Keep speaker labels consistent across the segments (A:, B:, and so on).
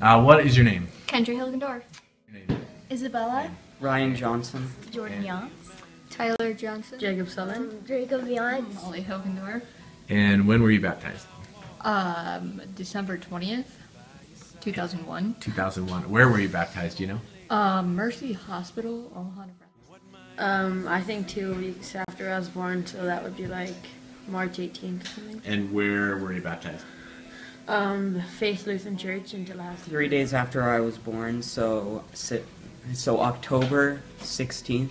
A: Uh, what is your name?
B: Kendra Hilgendorf.
A: Your name.
C: Isabella,
D: Ryan Johnson.
C: Jordan Youngs,
B: Tyler Johnson.
E: Jacob Southern.
C: Jacob Viance,
E: Molly Hilgendorf.
A: And when were you baptized?
E: Um, December 20th, 2001.
A: 2001. Where were you baptized? Do you know?
E: Um, Mercy Hospital, Omaha, Nebraska.
F: Um, I think two weeks after I was born, so that would be like March 18th or something.
A: And where were you baptized?
F: Um, Faith Lutheran Church in Tallahassee.
D: Three days after I was born, so si- so October 16th.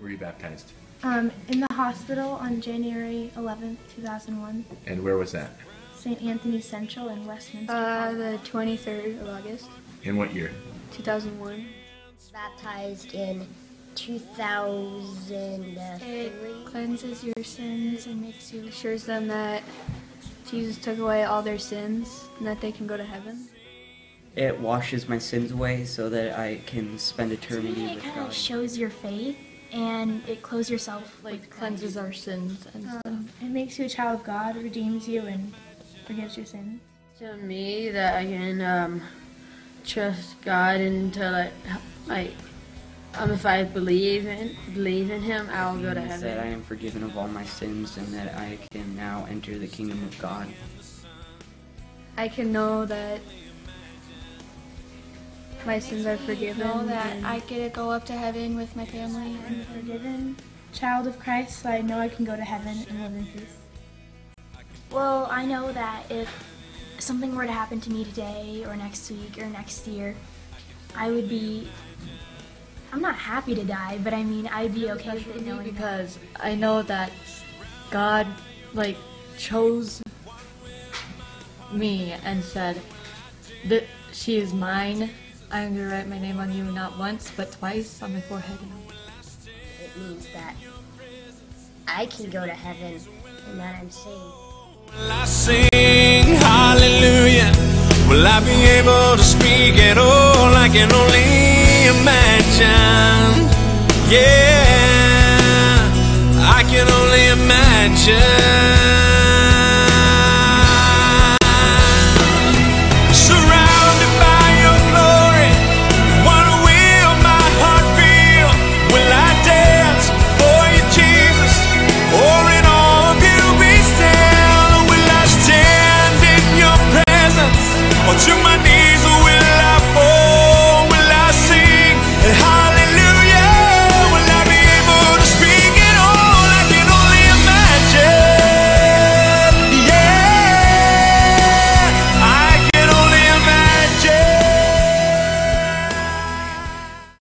A: Were you baptized?
C: um, in the hospital on January 11th, 2001,
A: And where was that?
C: St. Anthony Central in Westminster.
B: Uh, the 23rd of August,
A: In what year?
B: 2001.
G: baptized in uh, 2003.
B: It cleanses your sins and makes you assures them that Jesus took away all their sins and that they can go to heaven.
D: It washes my sins away so that I can spend eternity
C: it
D: with
C: kind
D: God.
C: of shows your faith and it clothes yourself
E: Like
C: with
E: cleanses our sins and stuff.
C: Um, it makes you a child of God, redeems you, and forgives your sins.
F: To me, that I can um, trust God and to like, like, um, if I believe in believe in Him, I'll go to
D: Means That Mm, I
F: heaven.
D: am forgiven of all my sins and that I can now enter the kingdom of God.
B: I can know that my sins are forgiven.
H: know that
B: and
H: I get to go up to heaven with my family.
C: I'm a forgiven child of Christ, so I know I can go to heaven and live in peace. Well, I know that if something were to happen to me today or next week or next year, I would be. I'm not happy to die, but I mean, I'd be okay with it knowing that.
E: Because I know that God, like, chose me and said that she is mine. I'm gonna write my name on you not once but twice on my forehead.
G: It means that I can go to heaven and that I'm saved.
I: Will I sing hallelujah? Will I be able to speak at all? I can only imagine. Yeah, I can only imagine.